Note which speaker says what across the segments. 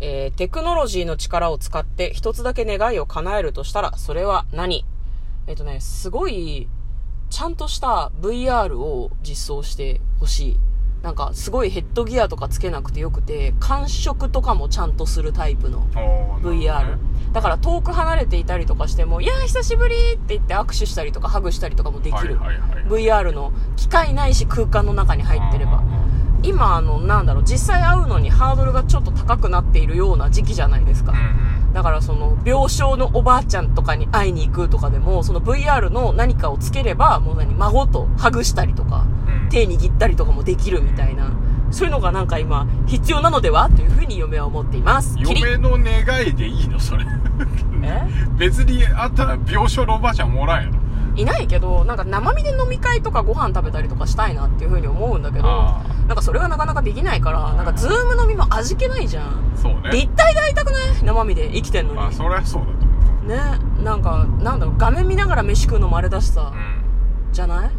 Speaker 1: えーテクノロジーの力を使って一つだけ願いを叶えるとしたら、それは何えっ、とね、すごい、ちゃんとした VR を実装してほしい。なんか、すごいヘッドギアとかつけなくてよくて、感触とかもちゃんとするタイプの
Speaker 2: おー
Speaker 1: VR だから遠く離れていたりとかしても「いやー久しぶり!」って言って握手したりとかハグしたりとかもできる、
Speaker 2: はいはいはい、
Speaker 1: VR の機械ないし空間の中に入ってれば
Speaker 2: うん
Speaker 1: 今あのなんだろう実際会うのにハードルがちょっと高くなっているような時期じゃないですか、
Speaker 2: うん
Speaker 1: だからその病床のおばあちゃんとかに会いに行くとかでもその VR の何かをつければもう何孫とハグしたりとか
Speaker 2: うんうん
Speaker 1: 手握ったりとかもできるみたいなそういうのがなんか今必要なのではというふうに嫁は思っていますキリ
Speaker 2: 嫁の願いでいいのそれ
Speaker 1: え
Speaker 2: 別にあったら病床のおばあちゃんもらえんやろ
Speaker 1: いないけどなんか生身で飲み会とかご飯食べたりとかしたいなっていうふうに思うんだけど
Speaker 2: あ
Speaker 1: なんかそれがなかなかできないからなんかズーム飲みも味気ないじゃん
Speaker 2: あそうね
Speaker 1: 立体で会いたくない生身で生きてんのに、
Speaker 2: まあそりゃそうだと思う
Speaker 1: ねなんかなんだろう画面見ながら飯食うのもあれだしさ
Speaker 2: うん
Speaker 1: じゃない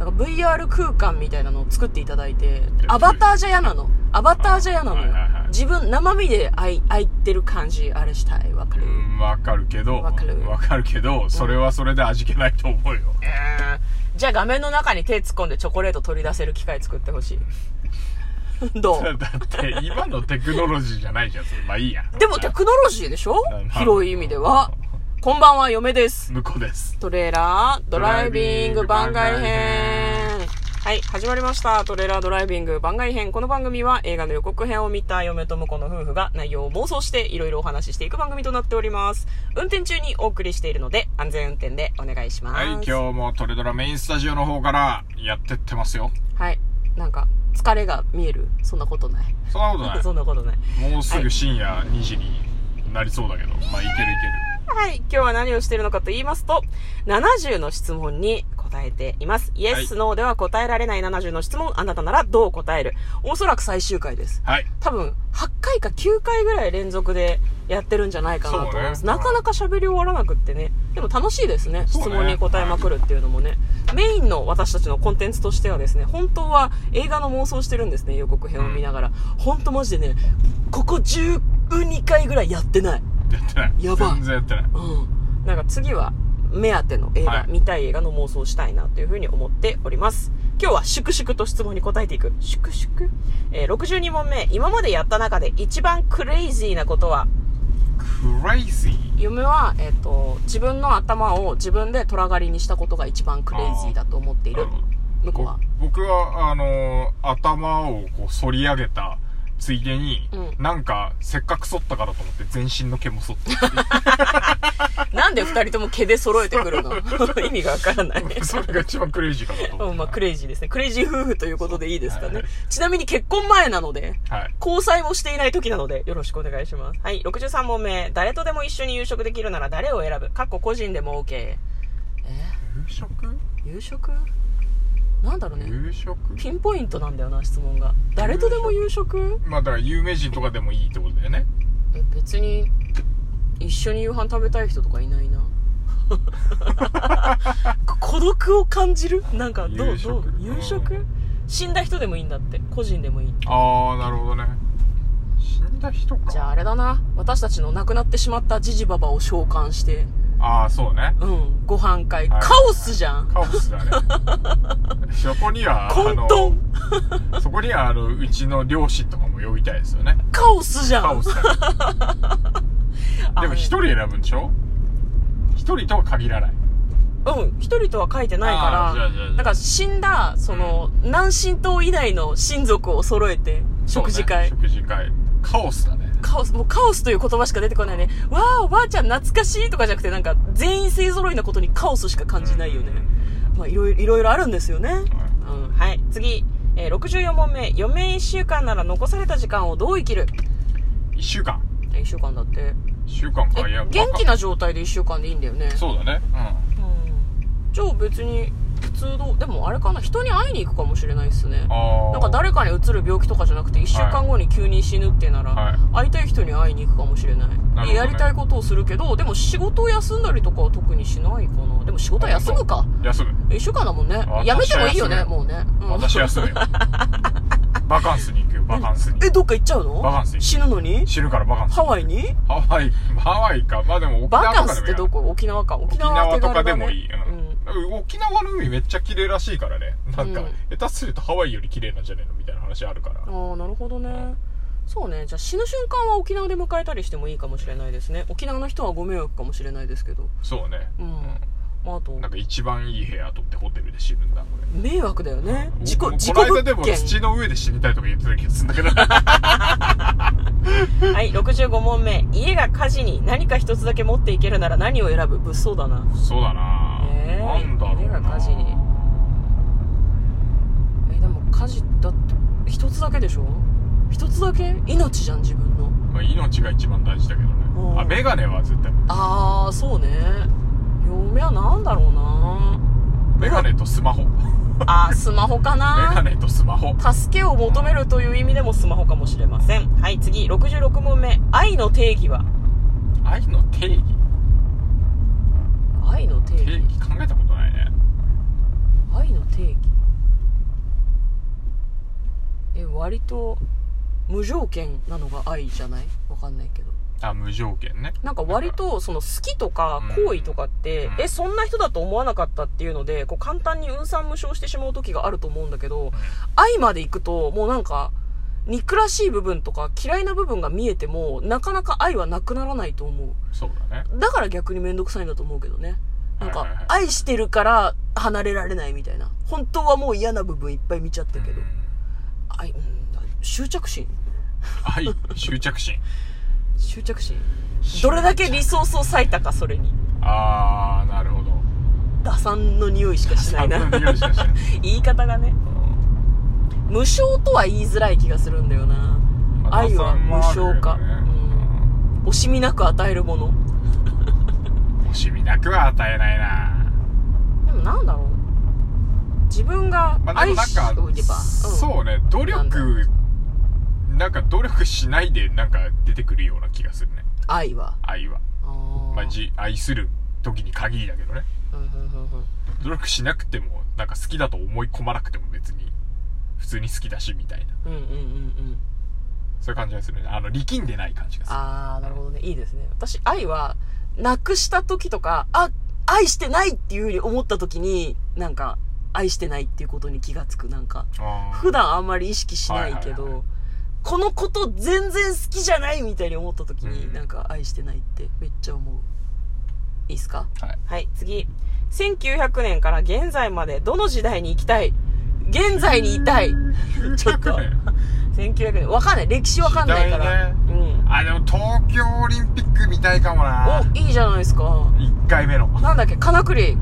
Speaker 1: なんか VR 空間みたいなのを作っていただいて
Speaker 2: じゃあ
Speaker 1: アバターじゃ嫌なのアバターじゃ嫌なのよ
Speaker 2: はいはいはい
Speaker 1: 自分生身で会い会いってる感じあれしたいわかる、
Speaker 2: うんわかるけど
Speaker 1: わかる
Speaker 2: わかるけどそれはそれで味気ないと思うよ
Speaker 1: じゃあ画面の中に手突っ込んでチョコレート取り出せる機械作ってほし い。ど
Speaker 2: だ
Speaker 1: う
Speaker 2: って今のテクノロジーじゃないじゃんそれまあいいや
Speaker 1: でもテクノロジーでしょ
Speaker 2: まあ
Speaker 1: 広い意味では。こんばんは、嫁です。
Speaker 2: 向こうです
Speaker 1: トレーラードライビング番外編。はい、始まりました。トレーラードライビング番外編。この番組は映画の予告編を見た嫁と婿の夫婦が内容を妄想していろいろお話ししていく番組となっております。運転中にお送りしているので安全運転でお願いします。
Speaker 2: はい今日もトレドラメインスタジオの方からやってってますよ
Speaker 1: はい。なんか、疲れが見える。そんなことない。
Speaker 2: そんなことない
Speaker 1: そんなことない。
Speaker 2: もうすぐ深夜2時になりそうだけど、まあいけるいける。
Speaker 1: はい。今日は何をしているのかと言いますと、70の質問に答えています。イエス、ノーでは答えられない70の質問、あなたならどう答えるおそらく最終回です。
Speaker 2: はい。
Speaker 1: 多分、8回か9回ぐらい連続でやってるんじゃないかなと思います。
Speaker 2: そうね
Speaker 1: なかなか喋り終わらなくってね。でも楽しいですね。
Speaker 2: そうね
Speaker 1: 質問に答えまくるっていうのもね。メインの私たちのコンテンツとしてはですね、本当は映画の妄想してるんですね、予告編を見ながら。本当マジでね、ここ12回ぐらいやってない。
Speaker 2: やってない。
Speaker 1: やばい
Speaker 2: 全然やってない。
Speaker 1: うん、なんか次は目当ての映画、
Speaker 2: はい
Speaker 1: 見たい映画の妄想をしたいなというふうに思っております今日は粛々と質問に答えていく粛々、えー62問目今までやった中で一番クレイジーなことは
Speaker 2: クレイジー。
Speaker 1: 嫁は、えっと自分の頭を自分で虎狩りにしたことが一番クレイジーだと思っている
Speaker 2: あーなる
Speaker 1: 向こうは
Speaker 2: ぼ僕は、あのー頭をこう反り上げたついでに、
Speaker 1: うん
Speaker 2: なんか、せっかく反ったからと思って全身の毛も反って
Speaker 1: なんで二人とも毛で揃えてくる の意味がわから ない
Speaker 2: る それが一番クレイジーかなと思って。
Speaker 1: うんまあクレイジーですねクレイジー夫婦ということでいいですか
Speaker 2: は
Speaker 1: ね
Speaker 2: い
Speaker 1: ちなみに結婚前なので
Speaker 2: はい。
Speaker 1: 交際もしていない時なのでよろしくお願いします。はい、63問目。誰とでも一緒に夕食できるなら誰を選ぶかっこ個人でも OK。え
Speaker 2: 夕食
Speaker 1: 夕食なんだろうね。
Speaker 2: 夕食
Speaker 1: ピンポイントなんだよな、質問が。誰とでも夕食
Speaker 2: まあだから有名人とかでもいいってことだよね。
Speaker 1: え別に、一緒に夕飯食べたい人とかいないな。 孤独を感じるなんか、どう
Speaker 2: 夕食
Speaker 1: どう夕
Speaker 2: う
Speaker 1: 食死んだ人でもいいんだって。個人でもいい。
Speaker 2: あー、なるほどね。死んだ人か。
Speaker 1: じゃああれだな。私たちの亡くなってしまったジジババを召喚して。
Speaker 2: あー、そうね。
Speaker 1: うん、ご飯会、
Speaker 2: はい
Speaker 1: カオスじゃん
Speaker 2: カオスだ ね。そこには、あ
Speaker 1: 混
Speaker 2: の、
Speaker 1: 沌
Speaker 2: そこには、あの、うちの両親とかも呼びたいですよね。
Speaker 1: カオスじゃん
Speaker 2: カオス だね。でも一人選ぶんでしょ一人とは限らない。
Speaker 1: うん、一人とは書いてない
Speaker 2: あーじゃ
Speaker 1: か
Speaker 2: あじゃあ
Speaker 1: ら
Speaker 2: じゃあ
Speaker 1: なんか死んだその南神島以来の親族を揃えて食事会、
Speaker 2: そうね食事会。カオスだね。
Speaker 1: カオスもうカオスという言葉しか出てこないねわあおばあちゃん懐かしいとかじゃなくてなんか全員勢揃いなことにカオスしか感じないよね、まあいろいろいろいろあるんですよねうんはい次、えー、64問目余命1週間なら残された時間をどう生きる
Speaker 2: 一週間。
Speaker 1: 1週間だって
Speaker 2: 一週間か。いや、
Speaker 1: え元気
Speaker 2: な。
Speaker 1: な状態で1週間でいいんだよね
Speaker 2: そうだね。うん。
Speaker 1: うんじゃあ別に普通のでもあれかな人に会いに行くかもしれないですね
Speaker 2: あー。
Speaker 1: なんか誰かにうつる病気とかじゃなくて1週間後に急に死ぬってなら、
Speaker 2: はい
Speaker 1: 会いたい人に会いに行くかもしれない
Speaker 2: ほどね
Speaker 1: やりたいことをするけどでも仕事を休んだりとかは特にしないかなでも仕事は休むか
Speaker 2: 休む。
Speaker 1: 1週間だもんね
Speaker 2: 私は
Speaker 1: やめてもいいよね
Speaker 2: 休む
Speaker 1: もうね、うん
Speaker 2: 私休むよ。バカンスに行くよ、バカンスに。
Speaker 1: え、どっか行っちゃうの
Speaker 2: バカンス行く
Speaker 1: 死ぬのに
Speaker 2: 死ぬからバカンス。
Speaker 1: ハワイに
Speaker 2: ハワイ、ハワイか。まあでも沖
Speaker 1: バカ
Speaker 2: 縄と
Speaker 1: ン
Speaker 2: か
Speaker 1: ス
Speaker 2: で
Speaker 1: って
Speaker 2: もいい
Speaker 1: どこ沖縄か。沖
Speaker 2: 沖
Speaker 1: 縄は
Speaker 2: 縄
Speaker 1: 手
Speaker 2: と
Speaker 1: 軽だ、ね、
Speaker 2: かでもいい。
Speaker 1: う
Speaker 2: うん
Speaker 1: ん。
Speaker 2: 沖縄の海めっちゃ綺麗らしいからね。なんか、
Speaker 1: うん
Speaker 2: 下手するとハワイより綺麗なんじゃねえのみたいな話あるから。
Speaker 1: ああなるほどねそうねじゃあ死ぬ瞬間は沖縄で迎えたりしてもいいかもしれないですね沖縄の人はご迷惑かもしれないですけど
Speaker 2: そうね。
Speaker 1: うん、まあ、あと
Speaker 2: なんか一番いい部屋取ってホテルで死ぬんだ、これ。
Speaker 1: 迷惑だよね事故
Speaker 2: 僕
Speaker 1: 事
Speaker 2: こ
Speaker 1: 故
Speaker 2: の間で
Speaker 1: 物
Speaker 2: も
Speaker 1: 件
Speaker 2: 土の上で死にたいとか言ってた気がするんだけ ど
Speaker 1: はい65問目家が火事に何か一つだけ持っていけるなら何を選ぶ物騒だな
Speaker 2: そうだな、
Speaker 1: えー
Speaker 2: なんだろうな
Speaker 1: 家が火事にえでも火事だって一つだけでしょ一つだけ命じゃん自分の
Speaker 2: まあ、命が一番大事だけどね
Speaker 1: うん
Speaker 2: あメガネは絶対
Speaker 1: ああそうね嫁は何だろうな
Speaker 2: メガネとスマホメ
Speaker 1: あースマホかな
Speaker 2: ガネとスマホ
Speaker 1: 助けを求めるという意味でもスマホかもしれませんはい次66問目愛の定義は
Speaker 2: 愛の定義
Speaker 1: 愛の定
Speaker 2: 定
Speaker 1: 義
Speaker 2: 義考えたことないね
Speaker 1: 愛の定義え割と無条件なのが愛じゃないわかんないけど
Speaker 2: あ無条件ね
Speaker 1: なんか割とその好きとか
Speaker 2: うん
Speaker 1: 好意とかって、
Speaker 2: うん
Speaker 1: えそんな人だと思わなかったっていうのでこう簡単に運算無償してしまう時があると思うんだけど、愛まで行くともうなんか憎らしい部分とか嫌いな部分が見えてもなかなか愛はなくならないと思
Speaker 2: そうだね
Speaker 1: うだから逆に面倒くさいんだと思うけどねなん
Speaker 2: はいはいは
Speaker 1: か
Speaker 2: い
Speaker 1: 愛してるから離れられないみたいな本当はもう嫌な部分いっぱい見ちゃったけど、
Speaker 2: うん
Speaker 1: 愛うん執着心
Speaker 2: 愛執着心
Speaker 1: 執着心どれだけリソースを割いたかそれに
Speaker 2: ああなるほど
Speaker 1: 打算の匂いしかしないな
Speaker 2: あ匂いしかしない
Speaker 1: 言い方がね
Speaker 2: うん
Speaker 1: 無償とは言いづらい気がするんだよな
Speaker 2: まあ
Speaker 1: 愛は無償化
Speaker 2: 多分あるよね
Speaker 1: 惜しみなく与えるもの
Speaker 2: うん惜しみなくは与えないな
Speaker 1: でもなんだろう自分が
Speaker 2: まあ、
Speaker 1: 愛
Speaker 2: でもなん
Speaker 1: して
Speaker 2: か、
Speaker 1: おけば、うん
Speaker 2: そうね努力なんか努力しないでなんか出てくるような気がするね
Speaker 1: 愛は
Speaker 2: 愛は、
Speaker 1: あー
Speaker 2: まあ、じ愛する時に限りだけどね
Speaker 1: うんうんうんうん
Speaker 2: 努力しなくてもなんか好きだと思い込まなくても別に普通に好きだしみたいな
Speaker 1: うんうんうんうん
Speaker 2: そういう感じがするねあの力んでない感じがする
Speaker 1: ああなるほどねいいですね私愛はなくした時とかあ愛してないっていうふうに思った時になんか愛してないっていうことに気がつくなんか
Speaker 2: あー
Speaker 1: 普段あんまり意識しないけど、
Speaker 2: はいはいはい
Speaker 1: このこと全然好きじゃないみたいに思った時に、
Speaker 2: うん
Speaker 1: なんか愛してないってめっちゃ思ういいっすか
Speaker 2: はい
Speaker 1: はい次1900年から現在までどの時代に行きたい現在にいた いちょっと
Speaker 2: 1900年
Speaker 1: 1900年わかんない歴史わかんないから、
Speaker 2: 時あでも東京オリンピック見たいかもな
Speaker 1: うんおいいじゃないですか
Speaker 2: 1回目のうわ
Speaker 1: なんだっけ金栗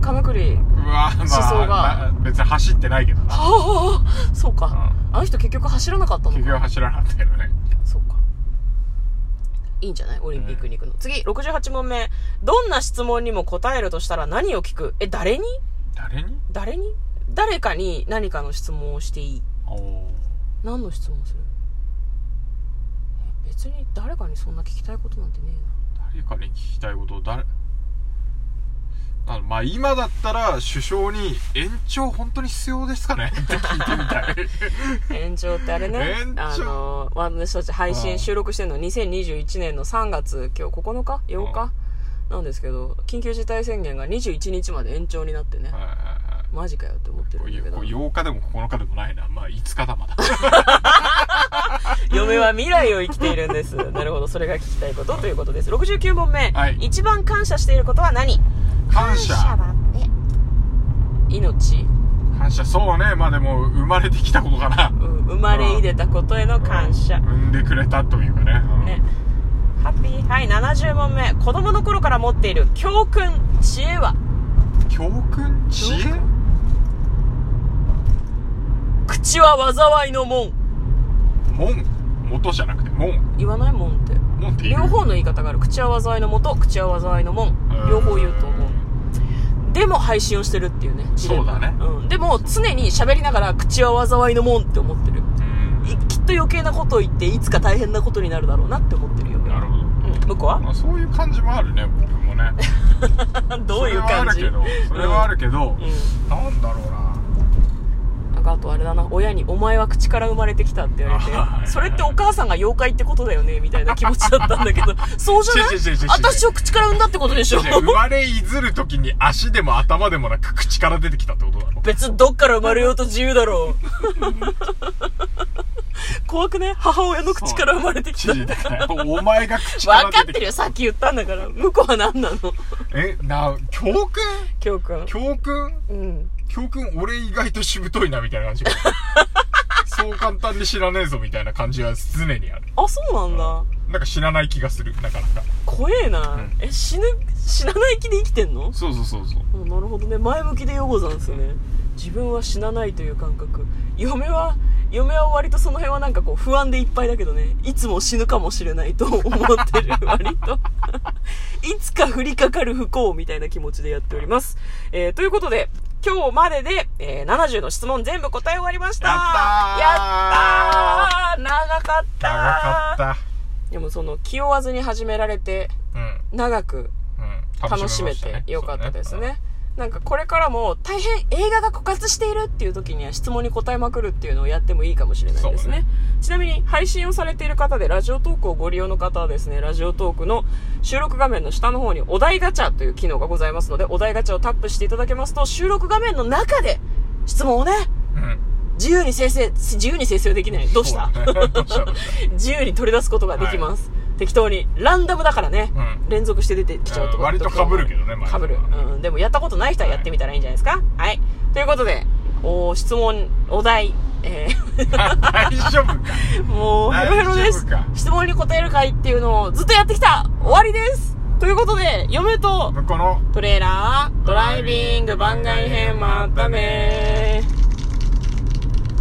Speaker 1: 金栗
Speaker 2: まあ
Speaker 1: 思想が
Speaker 2: まあ別に走ってないけどな
Speaker 1: はあそうか
Speaker 2: うん
Speaker 1: あの人結局走らなかったの
Speaker 2: 結
Speaker 1: か
Speaker 2: 局走らなかったけどね
Speaker 1: そうかいいんじゃないオリンピックに行くの、次68問目どんな質問にも答えるとしたら何を聞くえ誰に
Speaker 2: 誰に
Speaker 1: 誰に誰かに何かの質問をしていい
Speaker 2: おお
Speaker 1: 何の質問するえ別に誰かにそんな聞きたいことなんてね
Speaker 2: 誰かに聞きたいこと誰あのまあ今だったら首相に延長本当に必要ですかねって聞いてみたい
Speaker 1: えな延長ってあれね
Speaker 2: 延長
Speaker 1: あの私たち配
Speaker 2: うん
Speaker 1: 信収録してるの2021年の3月今日9日8
Speaker 2: うん
Speaker 1: 日なんですけど緊急事態宣言が21日まで延長になってね
Speaker 2: はいはいはい
Speaker 1: マジかよって思って
Speaker 2: こ
Speaker 1: る
Speaker 2: うんい
Speaker 1: だけ
Speaker 2: うこ
Speaker 1: ど
Speaker 2: う8日でも9日でもないなまあ5日だまだ
Speaker 1: 嫁は未来を生きているんです なるほどそれが聞きたいことということです69問目、
Speaker 2: はい
Speaker 1: 一番感謝していることは何
Speaker 2: 感謝
Speaker 1: だって命、
Speaker 2: 感謝そうねまあでも生まれてきたことかな
Speaker 1: うん、生まれ入れたことへの感謝、
Speaker 2: うん産んでくれたというかね,うん、
Speaker 1: ねハッピーはい70問目子供の頃から持っている教訓知恵は
Speaker 2: 教訓知恵
Speaker 1: 教訓口は災いの門
Speaker 2: 門元じゃなくて門
Speaker 1: 言わない門って
Speaker 2: 門っていう
Speaker 1: 両方の言い方がある口は災いのもと口は災いの門両方言うと思うでも配信をしてるっていうねジレンマ
Speaker 2: そうだね
Speaker 1: うん、でも常に喋りながら口は災いのもんって思ってる
Speaker 2: うん
Speaker 1: いきっと余計なことを言っていつか大変なことになるだろうなって思ってるよ、
Speaker 2: なるほど
Speaker 1: うん、向こうは
Speaker 2: まあ、そういう感じもあるね僕 もね
Speaker 1: どういう感じ
Speaker 2: それはあるけどそれはあるけど、
Speaker 1: うん
Speaker 2: なんだろうな
Speaker 1: なんかあとあれだな親に「お前は口から生まれてきた」って言わ
Speaker 2: あはい
Speaker 1: れ
Speaker 2: は
Speaker 1: て
Speaker 2: い
Speaker 1: それってお母さんが妖怪ってことだよねみたいな気持ちだったんだけ どそうじゃない
Speaker 2: 違う違う違う違う
Speaker 1: 私を口から産んだってことでしょ
Speaker 2: じゃあ生まれいずる時に足でも頭でもなく口から出てきたってこ とだろ
Speaker 1: 別にどっから生まれようと自由だろ う怖くね母親の口から生まれてきた
Speaker 2: 知事だからお前が口から
Speaker 1: 分かって
Speaker 2: 出て
Speaker 1: る
Speaker 2: き
Speaker 1: よさっき言ったんだから向こうは何なの
Speaker 2: たえな教訓
Speaker 1: きょうくん
Speaker 2: 教訓
Speaker 1: うん
Speaker 2: 教訓俺意外としぶといなみたいな感じ そう簡単に知らねえぞみたいな感じは常にある
Speaker 1: あそうなんだ
Speaker 2: なんか知らない気がするなかなか
Speaker 1: 怖えな、
Speaker 2: ん
Speaker 1: え死ぬ死なない気で生きてんの
Speaker 2: そうそうそうそう
Speaker 1: あなるほどね前向きでよござんすね自分は死なないという感覚嫁は嫁は割とその辺はなんかこう不安でいっぱいだけどねいつも死ぬかもしれないと思って る割といつか降りかかる不幸みたいな気持ちでやっております、えーということで今日までで、えー70の質問全部答え終わりました
Speaker 2: やった
Speaker 1: やったー長かった
Speaker 2: 長かった
Speaker 1: でもその気負わずに始められて
Speaker 2: うん
Speaker 1: 長く
Speaker 2: うん
Speaker 1: 楽しめ
Speaker 2: ました
Speaker 1: て
Speaker 2: ね
Speaker 1: よかったです
Speaker 2: そう
Speaker 1: ねなんかこれからも大変映画が枯渇しているっていう時には質問に答えまくるっていうのをやってもいいかもしれないですね
Speaker 2: そうね
Speaker 1: ちなみに配信をされている方でラジオトークをご利用の方はですねラジオトークの収録画面の下の方にお題ガチャという機能がございますのでお題ガチャをタップしていただけますと収録画面の中で質問をね
Speaker 2: うん
Speaker 1: 自由に生成自由に生成できないどうした
Speaker 2: そうだねどうしたどうし
Speaker 1: 自由に取り出すことができます、適当にランダムだからね、
Speaker 2: うん
Speaker 1: 連続して出てきちゃうと
Speaker 2: うん割と被るけどね前
Speaker 1: かぶる、うん、でもやったことない人はやってみたらいいんじゃないですかはい、ということでお質問お題え
Speaker 2: た大丈夫か
Speaker 1: ーもうヘロヘロです
Speaker 2: 大丈夫か
Speaker 1: 質問に答える会っていうのをずっとやってきた終わりですということで嫁と
Speaker 2: 向こうの
Speaker 1: トレーラードライビング番外編まったねー